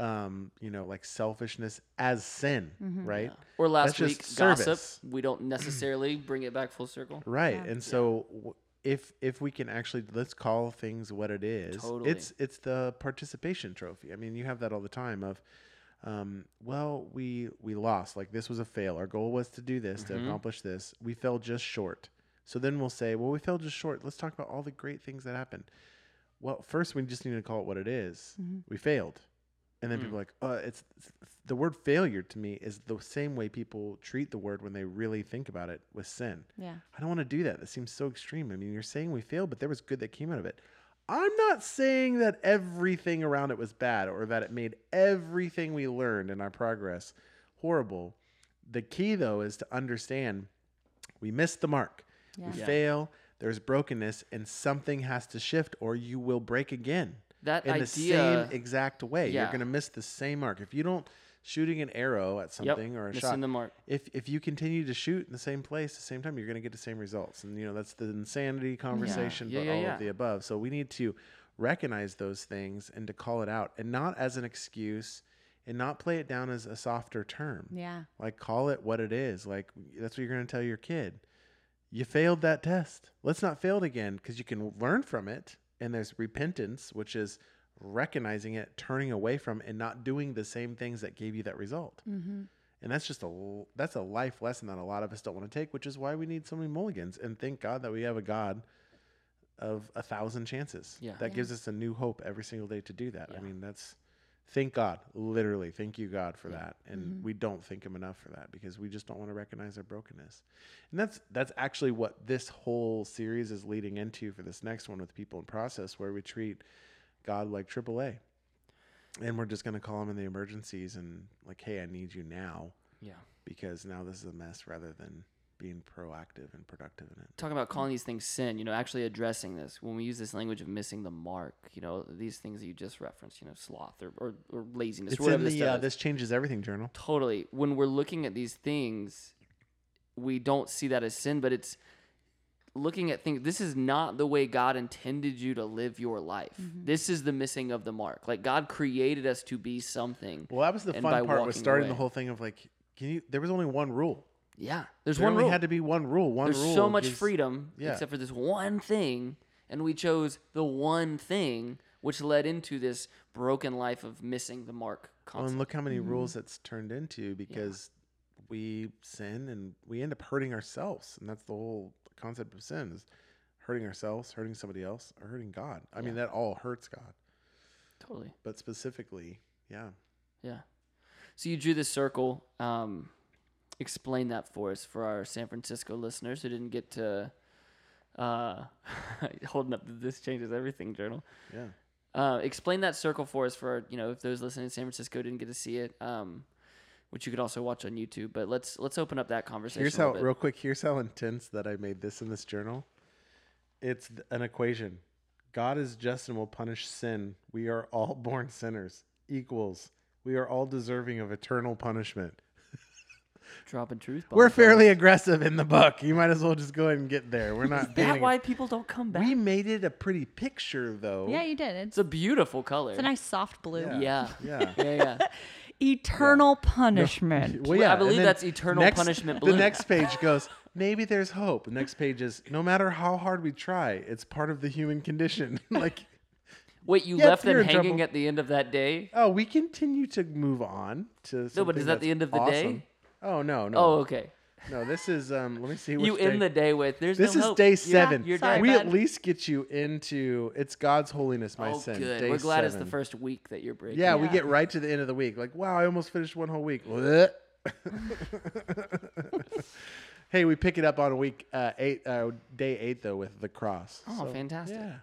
S2: um, you know, like selfishness as sin, right?
S1: Or last
S2: That's just
S1: week, gossip.
S2: service.
S1: We
S2: [clears throat]
S1: don't necessarily bring it back full circle.
S2: Right.
S3: Yeah.
S2: And so w- if if we can actually let's call things what it is.
S1: Totally.
S2: It's it's the participation trophy. I mean, you have that all the time of um, well, we we lost. Like this was a fail. Our goal was to do this, to accomplish this. We fell just short. So then we'll say, well, we fell just short. Let's talk about all the great things that happened. Well, first we just need to call it what it is.
S3: Mm. Mm-hmm.
S2: We failed. And then people are like, uh, it's the word failure to me is the same way people treat the word when they really think about it with sin.
S3: Yeah.
S2: I don't want to do that. That seems so extreme. I mean, you're saying we failed, but there was good that came out of it. I'm not saying that everything around it was bad or that it made everything we learned in our progress horrible. The key, though, is to understand we missed the mark. We
S1: Yeah.
S2: fail. There's brokenness, and something has to shift, or you will break again
S1: That
S2: in
S1: idea.
S2: the same exact way.
S1: Yeah.
S2: You're going to miss the same mark. If you don't shooting an arrow at
S1: yep,
S2: something or a
S1: missing
S2: shot,
S1: the mark.
S2: if if you continue to shoot in the same place the same time you're going to get the same results and you know that's the insanity conversation
S1: Yeah,
S2: but
S1: yeah,
S2: all
S1: yeah.
S2: of the above so we need to recognize those things and to call it out and not as an excuse and not play it down as a softer term
S3: Yeah.
S2: like call it what it is like that's what you're going to tell your kid you failed that test let's not fail it again because you can learn from it and there's repentance which is recognizing it turning away from it, and not doing the same things that gave you that result
S3: Mm-hmm.
S2: and that's just a l- that's a life lesson that a lot of us don't want to take, which is why we need so many mulligans. And thank God that we have a God of a thousand chances.
S1: Yeah.
S2: That
S3: Yeah.
S2: gives us a new hope every single day to do that.
S1: Yeah.
S2: I mean, that's thank God, literally. Thank you God for
S1: Yeah.
S2: that. And
S3: Mhm.
S2: we don't thank him enough for that because we just don't want to recognize our brokenness. And that's that's actually what this whole series is leading into for this next one with people in process where we treat God like AAA. And we're just going to call him in the emergencies and like, "Hey, I need you now."
S1: Yeah.
S2: because now this is a mess rather than being proactive and productive in it.
S1: talking about calling these things sin, you know, actually addressing this when we use this language of missing the mark, you know, these things that you just referenced, you know, sloth or, or, or laziness,
S2: It's
S1: or whatever
S2: in
S1: this
S2: the
S1: stuff
S2: uh,
S1: is.
S2: this changes everything journal.
S1: Totally. When we're looking at these things, we don't see that as sin, but it's looking at things. This is not the way God intended you to live your life. This is the missing of the mark. Like God created us to be something.
S2: Well, that was the
S1: And by
S2: fun part was
S1: walking
S2: starting the
S1: away.
S2: whole thing of like, can you? There was only one rule.
S1: Yeah. There's
S2: There
S1: one
S2: only
S1: rule.
S2: had to be one rule. One
S1: There's
S2: rule.
S1: so much
S2: gives-
S1: freedom,
S2: Yeah.
S1: except for this one thing, and we chose the one thing, which led into this broken life of missing the mark.
S2: Well, Oh, and
S1: Constantly.
S2: look how many rules that's turned into because we sin and we end up hurting ourselves, and that's the whole concept of sin is hurting ourselves, hurting somebody else, or hurting God. I mean, that all hurts God,
S1: Totally.
S2: but specifically, yeah.
S1: Yeah. So you drew this circle. Um, explain that for us for our San Francisco listeners who didn't get to uh, [laughs] holding up the this changes everything journal.
S2: Yeah.
S1: Uh, explain that circle for us for our, you know if those listening in San Francisco didn't get to see it, um, which you could also watch on YouTube. But let's let's open up that conversation. a
S2: Here's how
S1: little bit.
S2: real quick. Here's how intense that I made this in this journal. It's th- an equation. God is just and will punish sin. We are all [laughs] born sinners. Equals. We are all deserving of eternal punishment.
S1: dropping truth.
S2: We're
S1: bombs,
S2: fairly
S1: guys.
S2: aggressive in the book. You might as well just go ahead and get there.
S1: [laughs]
S2: We're not.
S1: Is that
S2: painting-
S1: why people don't come back?
S2: we made it a pretty picture though.
S3: Yeah, you did. It's,
S1: it's a beautiful color.
S3: it's a nice soft blue.
S2: Yeah.
S1: yeah. [laughs]
S2: Yeah.
S1: Yeah, yeah.
S3: Eternal
S2: [laughs]
S3: punishment.
S2: Well,
S1: I
S2: yeah, and
S1: believe
S2: then
S1: that's eternal punishment
S2: The
S1: balloon.
S2: next
S1: [laughs]
S2: page goes, maybe there's hope. The next page is, no matter how hard we try, it's part of the human condition. [laughs] like,
S1: Wait, you
S2: Yep,
S1: left them
S2: you're in
S1: hanging
S2: trouble.
S1: at the end of that day?
S2: oh, we continue to move on to.
S1: No, but
S2: something
S1: is that the
S2: that's
S1: end of the
S2: awesome.
S1: day?
S2: Oh no, no,
S1: Oh, okay.
S2: no. This is um. Let me see. Which
S1: You end
S2: day.
S1: the day with there's
S2: This
S1: no
S2: is
S1: hope.
S2: day
S1: You're-
S2: seven.
S1: You're
S3: Sorry,
S1: done.
S2: we at
S3: bud.
S2: least get you into it's God's holiness, my
S1: oh,
S2: sin.
S1: good.
S2: day
S1: We're glad it's
S2: seven.
S1: the first week that you're breaking.
S2: Yeah, we
S3: Yeah.
S2: get right to the end of the week. Like, wow, I almost finished one whole week. Blech.
S1: [laughs]
S2: hey, we pick it up on week uh, eight, uh, day eight though, with the cross.
S1: Oh, fantastic.
S2: Yeah,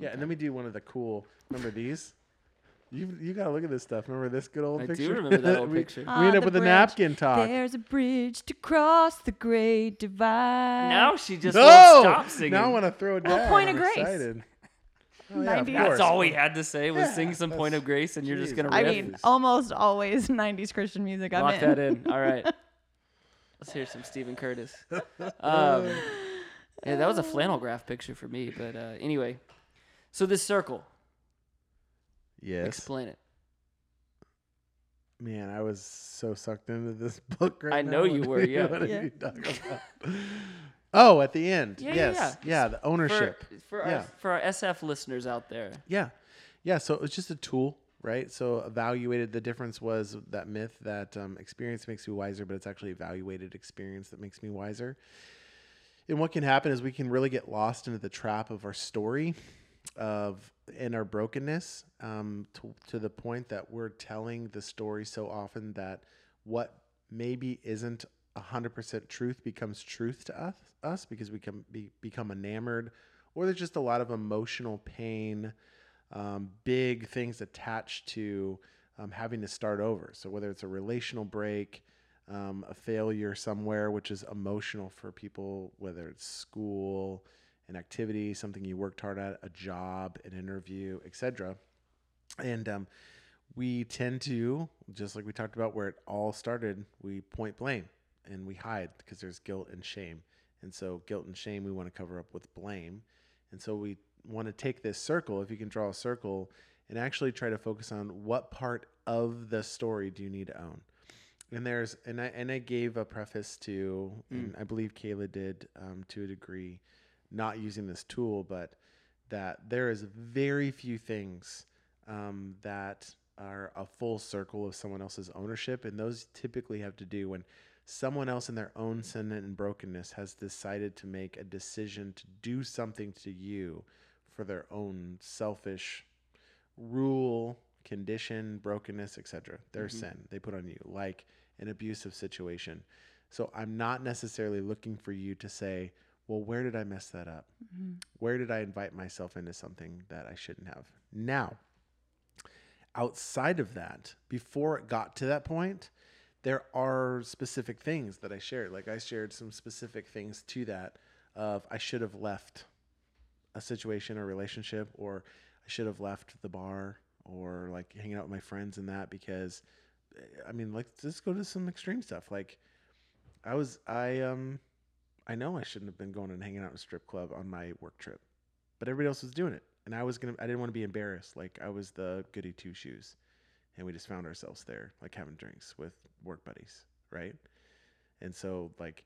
S2: yeah, and then we do one of the cool. Remember these? You you gotta look at this stuff. Remember this good old
S1: I do
S2: picture?
S1: remember that old
S2: [laughs] we,
S1: picture. Ah,
S2: We end
S3: On
S2: up
S3: the
S2: with a
S3: bridge,
S2: napkin talk.
S3: There's a bridge to cross the great divide.
S1: Now she just won't
S2: no,
S1: stop singing.
S2: now I want to throw it down.
S3: Well, point
S2: I'm
S3: of grace.
S2: excited. Oh, yeah, of
S3: Ninety- That's
S1: That's
S2: course.
S1: all we had to say was
S2: Yeah,
S1: sing some point
S2: that's-
S1: of grace, and you're just gonna.
S2: Jeez.
S3: I
S1: riff.
S3: mean,
S2: Yes.
S3: almost always [laughs] 90s Christian music. I'm
S1: lock
S3: in.
S1: that in. All
S2: [laughs]
S1: right, let's hear some Stephen Curtis. Um, yeah, that was a flannel graph picture for me, but uh, anyway. So this circle,
S2: Yes.
S1: explain it.
S2: Man, I was so sucked into this [laughs] book right
S1: I
S2: now.
S1: know you
S2: What
S1: were,
S2: are
S1: yeah.
S2: what are [laughs]
S3: Yeah.
S2: you talking about? oh, at the end.
S1: Yeah, yeah,
S2: yes.
S1: yeah.
S2: the
S1: For-
S2: ownership.
S1: for our,
S2: Yeah.
S1: for our SF listeners out there.
S2: Yeah. Yeah. So it was just a tool, right? So evaluated the difference was that myth that um, experience makes you wiser, but it's actually evaluated experience that makes me wiser. And what can happen is we can really get lost into the trap of our story of and our brokenness um, to, to the point that we're telling the story so often that what maybe isn't 100% truth becomes truth to us, us because we can be, become enamored or there's just a lot of emotional pain um, big things attached to um, having to start over. So whether it's a relational break, um, a failure somewhere, which is emotional for people, whether it's school, an activity, something you worked hard at, a job, an interview, etc. And um, we tend to, just like we talked about where it all started, we point blame and we hide because there's guilt and shame. And so guilt and shame we want to cover up with blame. And so we want to take this circle, if you can draw a circle, and actually try to focus on what part of the story do you need to own. And there's and I and I gave a preface to, and I believe Kayla did um, to a degree, not using this tool, but that there is very few things um, that are a full circle of someone else's ownership, and those typically have to do when someone else in their own sin and brokenness has decided to make a decision to do something to you for their own selfish rule, condition, brokenness, etc. Their sin they put on you, like an abusive situation. So I'm not necessarily looking for you to say, "Well, where did I mess that up? Where did I invite myself into something that I shouldn't have?" Now, outside of that, before it got to that point, there are specific things that I shared. Like I shared some specific things to that of I should have left a situation or relationship or I should have left the bar or like hanging out with my friends and that because eh, I mean like just go to some extreme stuff. Like I was I um I know I shouldn't have been going and hanging out in a strip club on my work trip. But everybody else was doing it. And I was gonna I didn't want to be embarrassed. Like I was the goody two shoes and we just found ourselves there like having drinks with work buddies right and so like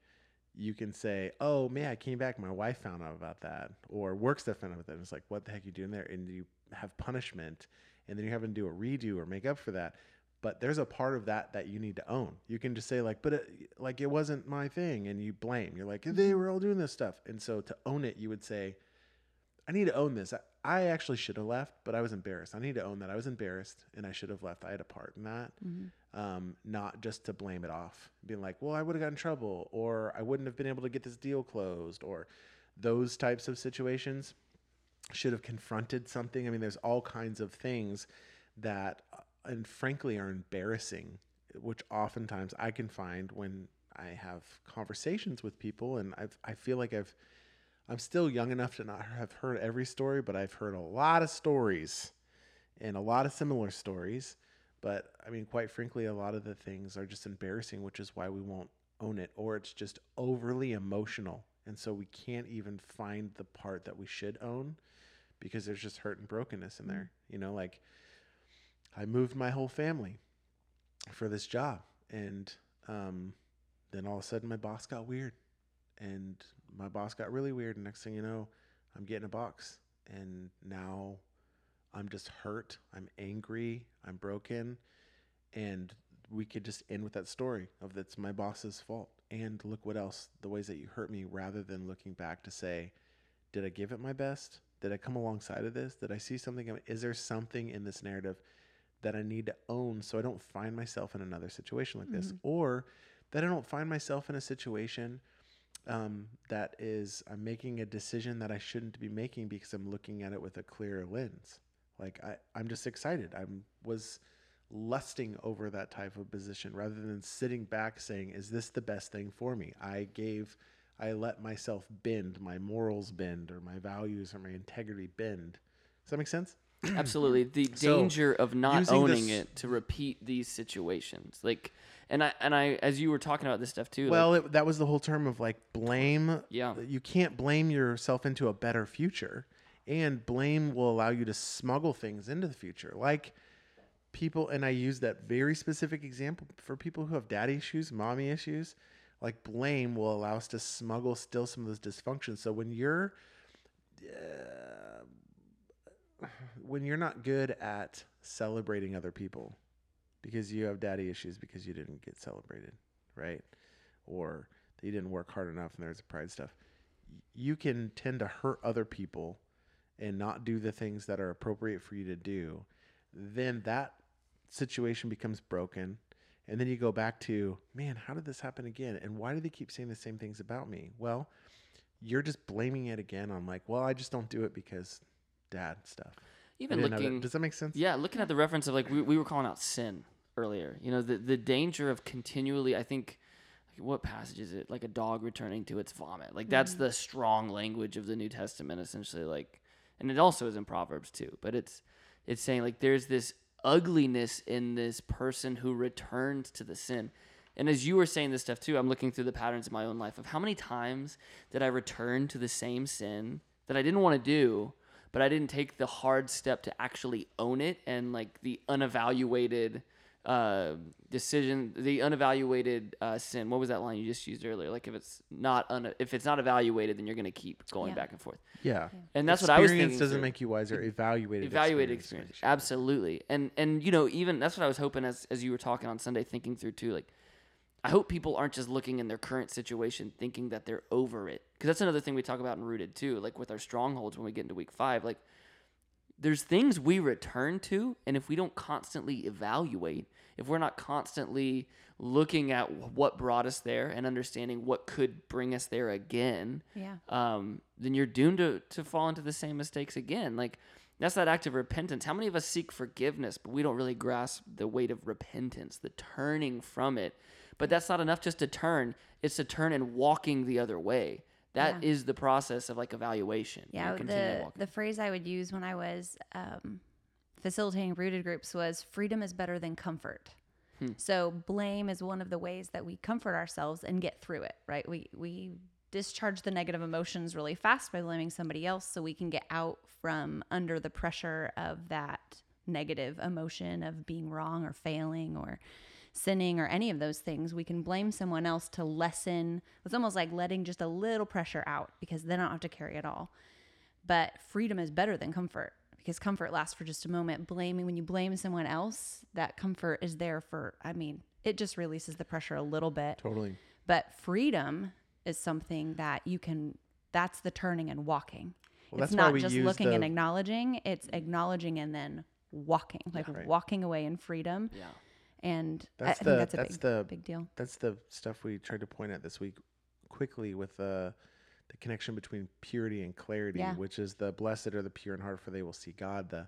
S2: you can say oh man i came back my wife found out about that or work stuff found out about that and it's like what the heck you doing there and you have punishment and then you're having to do a redo or make up for that but there's a part of that that you need to own you can just say like but it, like it wasn't my thing and you blame you're like they were all doing this stuff and so to own it you would say I need to own this. I, I actually should have left, but I was embarrassed. I need to own that I was embarrassed and I should have left. I had a part in that. Um, not just to blame it off, being like, well, I would have gotten in trouble or I wouldn't have been able to get this deal closed or those types of situations. Should have confronted something. I mean, there's all kinds of things that, uh, and frankly, are embarrassing, which oftentimes I can find when I have conversations with people and I've, I feel like I've, I'm still young enough to not have heard every story, but I've heard a lot of stories and a lot of similar stories. But I mean, quite frankly, a lot of the things are just embarrassing, which is why we won't own it, or it's just overly emotional. And so we can't even find the part that we should own because there's just hurt and brokenness in there. You know, like I moved my whole family for this job, and um, then all of a sudden my boss got weird and my boss got really weird and next thing you know i'm getting a box and now i'm just hurt i'm angry i'm broken and we could just end with that story of that's my boss's fault and look what else the ways that you hurt me rather than looking back to say did i give it my best did i come alongside of this did i see something is there something in this narrative that i need to own so i don't find myself in another situation like this or that i don't find myself in a situation um, that is I'm making a decision that I shouldn't be making because I'm looking at it with a clearer lens. Like I, I'm just excited. I'm was lusting over that type of position rather than sitting back saying, "Is this the best thing for me?" I gave, I let myself bend, my morals bend, or my values or my integrity bend. Does that make sense?
S1: Absolutely. The
S2: [clears throat] So,
S1: danger of not
S2: using
S1: owning
S2: this-
S1: it to repeat these situations. Like and I and I as you were talking about this stuff too. like,
S2: Well, it, that was the whole term of like blame.
S1: Yeah.
S2: You can't blame yourself into a better future. And blame will allow you to smuggle things into the future. Like people, and I use that very specific example for people who have daddy issues, mommy issues. Like blame will allow us to smuggle still some of those dysfunctions. So when you're uh, when you're not good at celebrating other people because you have daddy issues because you didn't get celebrated, right? Or that you didn't work hard enough and there's pride stuff. You can tend to hurt other people and not do the things that are appropriate for you to do. Then that situation becomes broken. And then you go back to, man, how did this happen again? And why do they keep saying the same things about me? Well, you're just blaming it again on like, well, I just don't do it because dad stuff. I
S1: Even
S2: didn't know that.
S1: looking
S2: Does that make sense?
S1: Yeah, looking at the reference of like we, we were calling out sin earlier. You know, the the danger of continually I think like, what passage is it? Like a dog returning to its vomit. Like that's the strong language of the New Testament essentially like and it also is in Proverbs too, but it's it's saying like there's this ugliness in this person who returns to the sin. And as you were saying this stuff too, I'm looking through the patterns in my own life of how many times did I return to the same sin that I didn't want to do, but I didn't take the hard step to actually own it and like the unevaluated uh, decision, the unevaluated uh, sin. What was that line you just used earlier? Like if it's not un- if it's not evaluated, then you're gonna keep going
S3: Yeah.
S1: back and forth.
S2: Yeah.
S1: And that's what I was
S2: Experience
S1: thinking.
S2: doesn't
S1: too
S2: make you wiser. Evaluated.
S1: evaluated experience,
S2: makes you wiser.
S1: absolutely and and you know even that's what i was hoping as as you were talking on sunday thinking through too like i hope people aren't just looking in their current situation thinking that they're over it because that's another thing we talk about in rooted too like with our strongholds when we get into week five like there's things we return to and if we don't constantly evaluate if we're not constantly looking at wh- what brought us there and understanding what could bring us there again
S3: Yeah.
S1: um, then you're doomed to, to fall into the same mistakes again. Like that's that act of repentance. How many of us seek forgiveness, but we don't really grasp the weight of repentance, the turning from it. But that's not enough just to turn. It's to turn and walking the other way. That is the process of like evaluation. You
S3: Yeah,
S1: continue
S3: the
S1: walking.
S3: the phrase I would use when I was um, facilitating rooted groups was freedom is better than comfort. So blame is one of the ways that we comfort ourselves and get through it, right? We we discharge the negative emotions really fast by blaming somebody else so we can get out from under the pressure of that negative emotion of being wrong or failing or sinning or any of those things, we can blame someone else to lessen. It's almost like letting just a little pressure out because then I don't have to carry it all but freedom is better than comfort because comfort lasts for just a moment blaming when you blame someone else that comfort is there for i mean it just releases the pressure a little bit
S2: Totally.
S3: but freedom is something that you can that's the turning and walking
S2: Well, that's
S3: it's
S2: why
S3: not
S2: we
S3: just
S2: use
S3: looking and
S2: the-
S3: acknowledging it's acknowledging and then walking like
S2: Right.
S3: walking away in freedom
S1: yeah.
S3: and I-
S2: That's
S3: i,
S2: the-
S3: think that's a
S2: that's
S3: big,
S2: the-
S3: big deal
S2: That's the stuff we tried to point at this week quickly with uh, the connection between purity and clarity,
S3: Yeah.
S2: which is the blessed are the pure in heart, for they will see God. The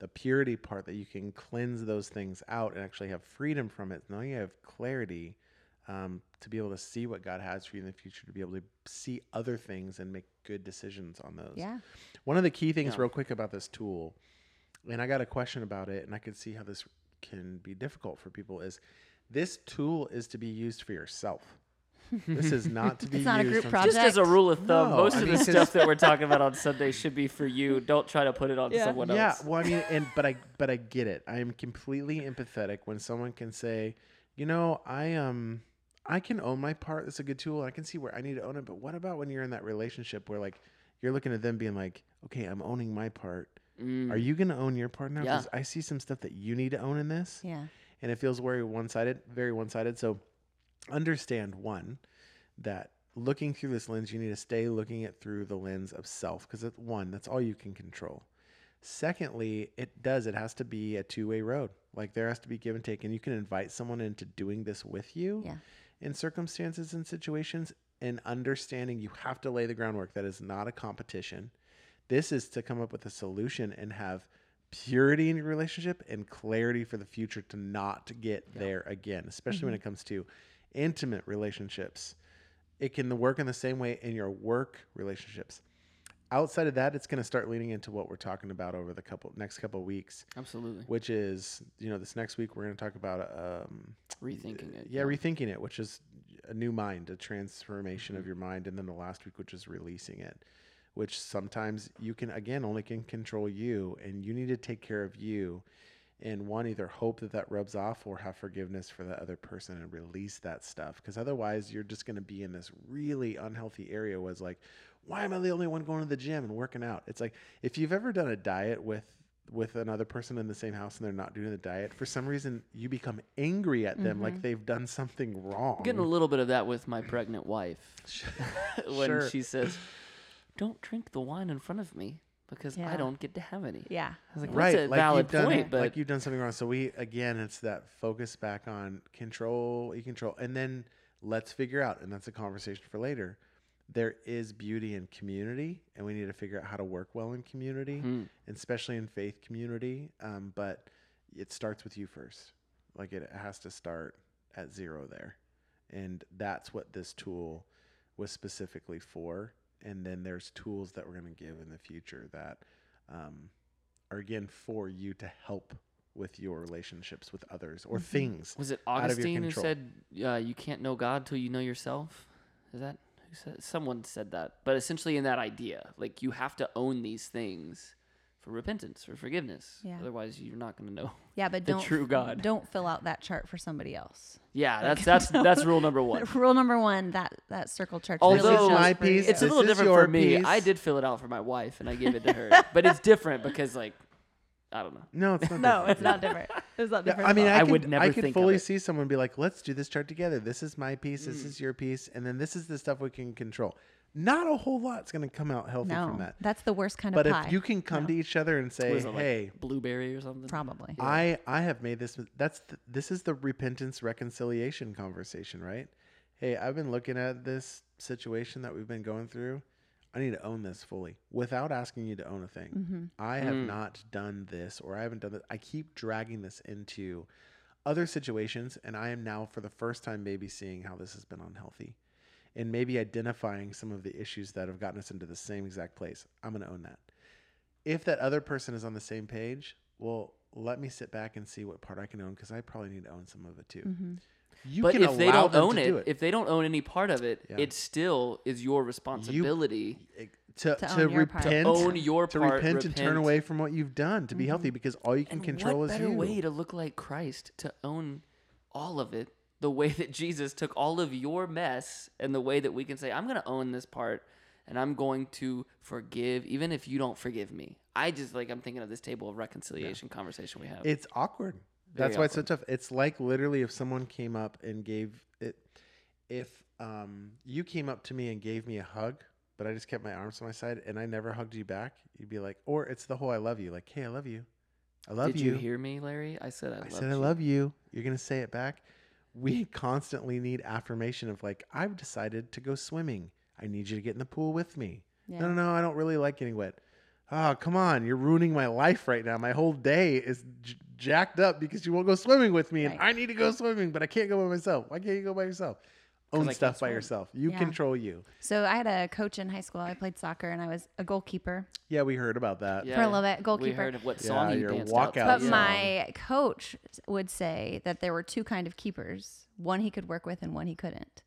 S2: the purity part that you can cleanse those things out and actually have freedom from it. Now you have clarity um, to be able to see what God has for you in the future, to be able to see other things and make good decisions on those.
S3: yeah
S2: One of the key things,
S1: Yeah.
S2: real quick, about this tool, and I got a question about it, and I could see how this can be difficult for people is this tool is to be used for yourself. this
S3: [laughs]
S2: is not to be
S3: It's not a
S2: used
S3: group
S2: on-
S3: project.
S1: Just as a rule of thumb,
S2: No,
S1: most
S2: I
S1: of
S2: mean,
S1: the
S2: 'cause-
S1: stuff that we're talking about on Sunday should be for you. Don't try to put it on
S3: Yeah.
S1: someone
S2: yeah,
S1: else.
S2: well, I mean, and but I but I get it. I am completely empathetic when someone can say, you know, I um I can own my part. That's a good tool. I can see where I need to own it. But what about when you're in that relationship where like you're looking at them being like, okay, I'm owning my part.
S1: Mm.
S2: Are you gonna own your part now?
S1: Yeah.
S2: Because I see some stuff that you need to own in this
S3: yeah
S2: and it feels very one sided, very one sided. So understand one that looking through this lens, you need to stay looking it through the lens of self because it's one, that's all you can control. Secondly, it does, it has to be a two way road. Like there has to be give and take, and you can invite someone into doing this with you
S3: Yeah.
S2: in circumstances and situations and understanding you have to lay the groundwork. That is not a competition. This is to come up with a solution and have purity in your relationship and clarity for the future to not get there again, especially when it comes to intimate relationships. It can work in the same way in your work relationships. Outside of that, it's going to start leaning into what we're talking about over the couple next couple weeks,
S1: Absolutely.
S2: which is you know this next week we're going to talk about um,
S1: Rethinking it.
S2: yeah, rethinking it, which is a new mind, a transformation of your mind, and then the last week, which is releasing it, which sometimes you can again only can control you, and you need to take care of you, and one either hope that that rubs off or have forgiveness for the other person and release that stuff because otherwise you're just going to be in this really unhealthy area was like why am i the only one going to the gym and working out it's like if you've ever done a diet with with another person in the same house and they're not doing the diet for some reason you become angry at them like they've done something wrong
S1: Mm-hmm. Getting a little bit of that with my pregnant wife
S2: [laughs]
S1: [laughs] when
S2: Sure.
S1: she says, "Don't drink the wine in front of me because
S3: Yeah.
S1: I don't get to have any."
S3: Yeah.
S1: I was like,
S2: right
S1: "That's a
S2: like
S1: valid
S2: you've done,
S1: point," but
S2: like you've done something wrong so we again it's that focus back on control you control and then let's figure out and that's a conversation for later there is beauty in community and we need to figure out how to work well in community
S1: Mhm.
S2: and especially in faith community um, but it starts with you first like it has to start at zero there and that's what this tool was specifically for and then there's tools that we're going to give in the future that um, are again for you to help with your relationships with others
S1: Mm-hmm.
S2: or things.
S1: was it
S2: out of your
S1: Augustine who
S2: control.
S1: said, uh, "You can't know God till you know yourself"? Is that who said? Someone said that, but essentially in that idea, like you have to own these things for repentance, for forgiveness.
S3: Yeah.
S1: Otherwise, you're not going to know. [laughs]
S3: Yeah, but
S1: The
S3: don't
S1: true God.
S3: Don't fill out that chart for somebody else.
S1: Yeah,
S3: [laughs]
S1: that's that's that's rule number one.
S3: Rule number one: that that circle church.
S1: Although-
S3: really
S1: This is
S3: just
S1: my
S3: for you.
S2: piece.
S1: It's a
S2: This
S1: little
S2: is
S1: different
S2: your
S1: for me.
S2: piece.
S1: I did fill it out for my wife and I gave it to her, but it's different because like I don't know.
S2: No, it's not.
S3: [laughs] no,
S2: different.
S3: it's not different. It's not
S2: Yeah,
S3: different.
S2: I
S3: at
S2: mean,
S3: all.
S2: I,
S1: I
S2: could,
S1: would never
S2: I could
S1: think of
S2: fully
S1: it.
S2: see someone be like, "Let's do this chart together. This is my piece.
S3: Mm.
S2: This is your piece, and then this is the stuff we can control." Not a whole lot's going to come out healthy
S3: no,
S2: from that.
S3: that's the worst kind
S2: But
S3: of pie.
S2: if you can come to each other and say,
S1: Was it like
S2: "Hey,
S1: blueberry or something?
S3: probably.
S2: I I have made this. That's the, this is the repentance reconciliation conversation, right? Hey, I've been looking at this situation that we've been going through. I need to own this fully without asking you to own a thing. I have not done this, or I haven't done this. I keep dragging this into other situations, and I am now for the first time maybe seeing how this has been unhealthy, and maybe identifying some of the issues that have gotten us into the same exact place. I'm going to own that if that other person is on the same page, well, let me sit back and see what part I can own because I probably need to own some of it too.
S3: Mm-hmm.
S2: You
S1: But
S2: can
S1: if they
S2: allow
S1: don't
S2: them
S1: own
S2: to
S1: it,
S2: do
S1: if they don't own any part of it,
S2: Yeah.
S1: it still is your responsibility
S2: It- to,
S3: To
S2: to,
S3: own your part.
S2: repent,
S3: To
S1: own your
S2: to
S1: part,
S2: repent, and turn
S1: repent.
S2: away from what you've done to be
S3: Mm-hmm.
S2: healthy because all you can
S1: and
S2: control
S1: what
S2: is
S1: better
S2: you.
S1: way to look like Christ to own all of it the way that Jesus took all of your mess and the way that we can say I'm going to own this part and I'm going to forgive even if you don't forgive me. I just like I'm thinking of this table of reconciliation conversation we have.
S2: It's awkward. That's
S1: Very
S2: why it's so tough. It's like literally if someone came up and gave it, if um, you came up to me and gave me a hug, but I just kept my arms to my side and I never hugged you back, you'd be like, or it's the whole I love you, like, hey, I love you. I love
S1: Did you. hear me, Larry? I said I,
S2: I
S1: love
S2: said, I love you. You're going to say it back. We [laughs] constantly need affirmation of like, I've decided to go swimming. I need you to get in the pool with me.
S3: Yeah.
S2: No, no, no. I don't really like getting wet. Oh, come on. You're ruining my life right now. My whole day is j- jacked up because you won't go swimming with me. And
S3: Right.
S2: I need to go swimming, but I can't go by myself. Why can't you go by yourself?
S1: 'Cause I
S2: Own
S1: can't
S2: stuff by
S1: swim.
S2: yourself. You
S3: Yeah.
S2: control you.
S3: So I had a coach in high school. I played soccer and I was a goalkeeper.
S2: Yeah, we heard about that.
S1: Yeah,
S3: for a little bit,
S1: We
S3: goalkeeper.
S1: heard of what
S2: Yeah,
S1: song you
S2: your
S1: danced
S2: walkout
S1: out
S3: But
S1: to.
S2: song.
S3: my coach would say that there were two kind of keepers: one he could work with and one he couldn't.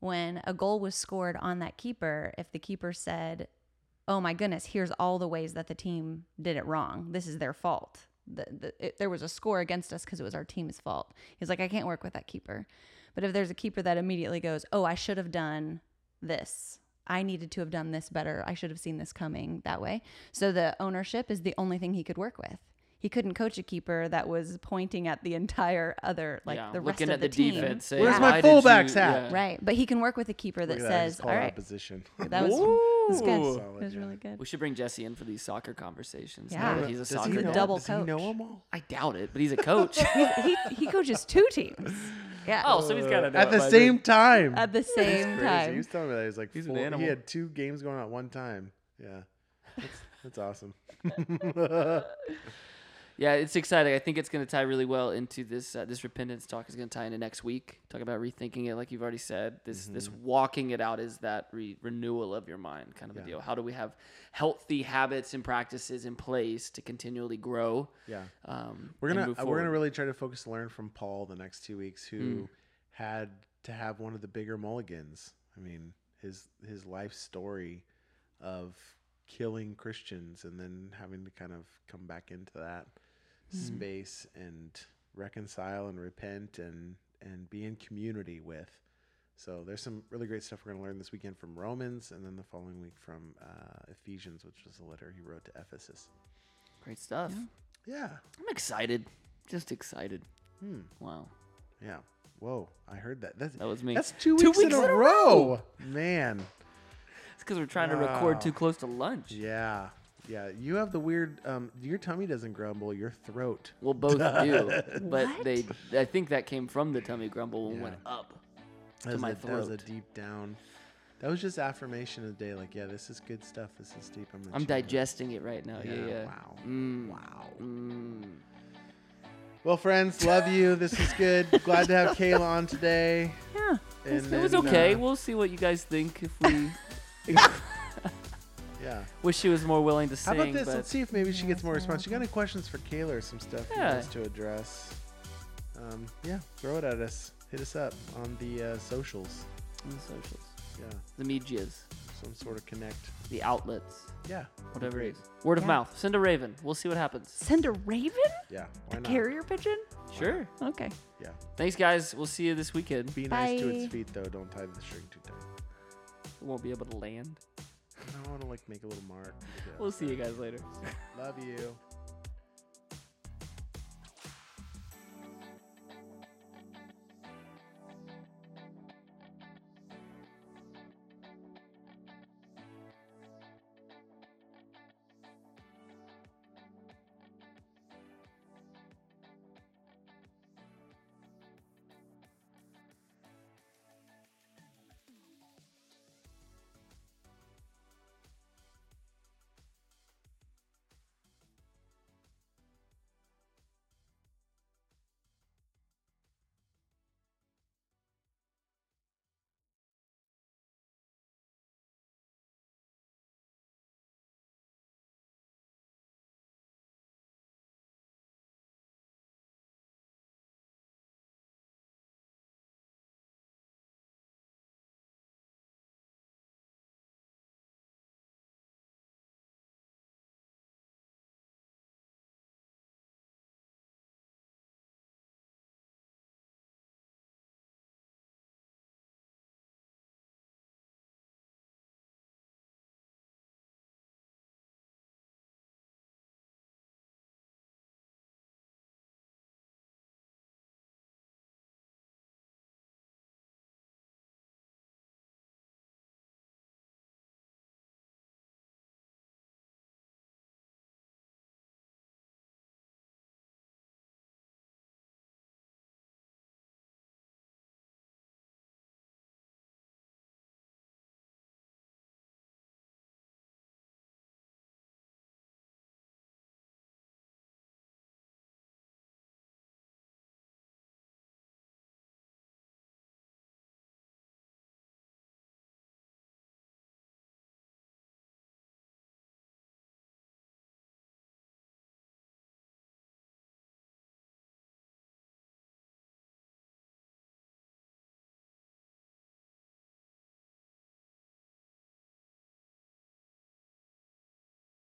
S3: When a goal was scored on that keeper, if the keeper said, "Oh my goodness, here's all the ways that the team did it wrong. This is their fault. The, the, it, there was a score against us because it was our team's fault." He's like, "I can't work with that keeper." But if there's a keeper that immediately goes, "Oh, I should have done this. I needed to have done this better. I should have seen this coming that way. So the ownership is the only thing he could work with. He couldn't coach a keeper that was pointing at the entire other, like
S1: Yeah,
S3: the rest
S1: looking
S3: of
S1: at
S3: the,
S1: the,
S3: team.
S1: defense. saying,
S2: Where's
S1: "Why
S2: my
S1: did you-"
S2: fullback's [laughs] hat?
S3: Right. But he can work with a keeper that
S2: Look at I just
S3: says, all
S2: called out
S3: right,
S2: position.
S3: that was, it was good.
S1: Ooh.
S3: It was
S2: Solid,
S3: really
S1: We
S3: good.
S1: should bring Jesse in for these soccer conversations.
S3: Yeah.
S1: Yeah, that he's a
S2: Does
S1: soccer
S2: he know,
S1: dad.
S3: double
S2: does he know
S3: coach.
S2: 'em all?
S1: I doubt it, but he's a
S3: [laughs]
S1: coach. [laughs]
S3: he, he coaches two
S2: [laughs]
S3: teams. Yeah.
S1: oh, so he's got to know
S2: At
S1: it
S2: the
S1: by
S2: same time.
S3: At the
S2: Crazy.
S3: same
S2: He
S3: time.
S2: was telling me that he was like
S1: He's an
S2: four, he
S1: animal.
S2: had two games going on at one time. Yeah, that's, that's awesome.
S1: Yeah, it's exciting. I think it's going to tie really well into this. Uh, this repentance talk is going to tie into next week. Talk about rethinking it, like you've already said. This
S2: Mm-hmm.
S1: this walking it out is that re- renewal of your mind, kind of a deal. How do we have healthy habits and practices in place to continually grow?
S2: Yeah,
S1: Um,
S2: we're
S1: and
S2: gonna
S1: move
S2: uh, we're gonna
S1: forward? Hmm.
S2: really try to focus and learn from Paul the next two weeks, who had to have one of the bigger mulligans. I mean, his his life story of killing Christians and then having to kind of come back into that
S1: Hmm.
S2: space and reconcile and repent and and be in community with. So there's some really great stuff we're going to learn this weekend from Romans, and then the following week from uh, Ephesians, which was the letter he wrote to Ephesus.
S1: Great stuff.
S2: Yeah, Hmm.
S1: I'm excited. Just excited. Wow.
S2: yeah. Whoa, I heard that. That's
S1: That was me.
S2: That's two weeks, in, a, row. man.
S1: It's because we're trying to record too close to lunch.
S2: Yeah, yeah. You have the weird. Um, your tummy doesn't grumble. Your throat.
S1: Well,
S2: [laughs]
S1: both do, but
S3: What?
S1: they. I think that came from the tummy grumble when we went
S2: Yeah.
S1: up.
S2: That was,
S1: my
S2: a, that was a
S1: throat.
S2: deep down. That was just affirmation of the day. Like, yeah, this is good stuff. This is deep. I'm, gonna
S1: I'm
S2: check it out.
S1: digesting it right now. Yeah, yeah.
S2: Wow.
S1: Mm.
S2: Wow.
S1: Mm.
S2: Well, friends, love you. This is good. Glad
S1: [laughs]
S2: to have Kayla on today.
S3: Yeah.
S2: And
S1: It was
S2: then,
S1: okay.
S2: uh,
S1: We'll see what you guys think if [laughs] we.
S2: yeah.
S1: Wish she was more willing to
S2: How
S1: sing.
S2: about this?
S1: But
S2: Let's see if maybe she gets more response. You got any questions for Kayla or some stuff you
S1: Yeah.
S2: want us to address? Um, yeah, throw it at us. Hit us up on the uh, socials.
S1: on the socials,
S2: Yeah,
S1: the medias,
S2: some sort of connect.
S1: the outlets,
S2: Yeah,
S1: whatever it
S2: Great.
S1: is. Word of
S3: Yeah.
S1: mouth. Send a raven. We'll see what happens.
S3: Send a raven?
S2: Yeah, why not?
S3: Carrier pigeon?
S1: Sure.
S3: Okay.
S2: Yeah,
S1: Thanks, guys. We'll see you this weekend.
S2: be nice to its
S3: Bye.
S2: feet though. Don't tie the string too tight.
S1: We won't be able to land.
S2: I want to like make a little mark.
S1: We'll see you guys later.
S2: Love you.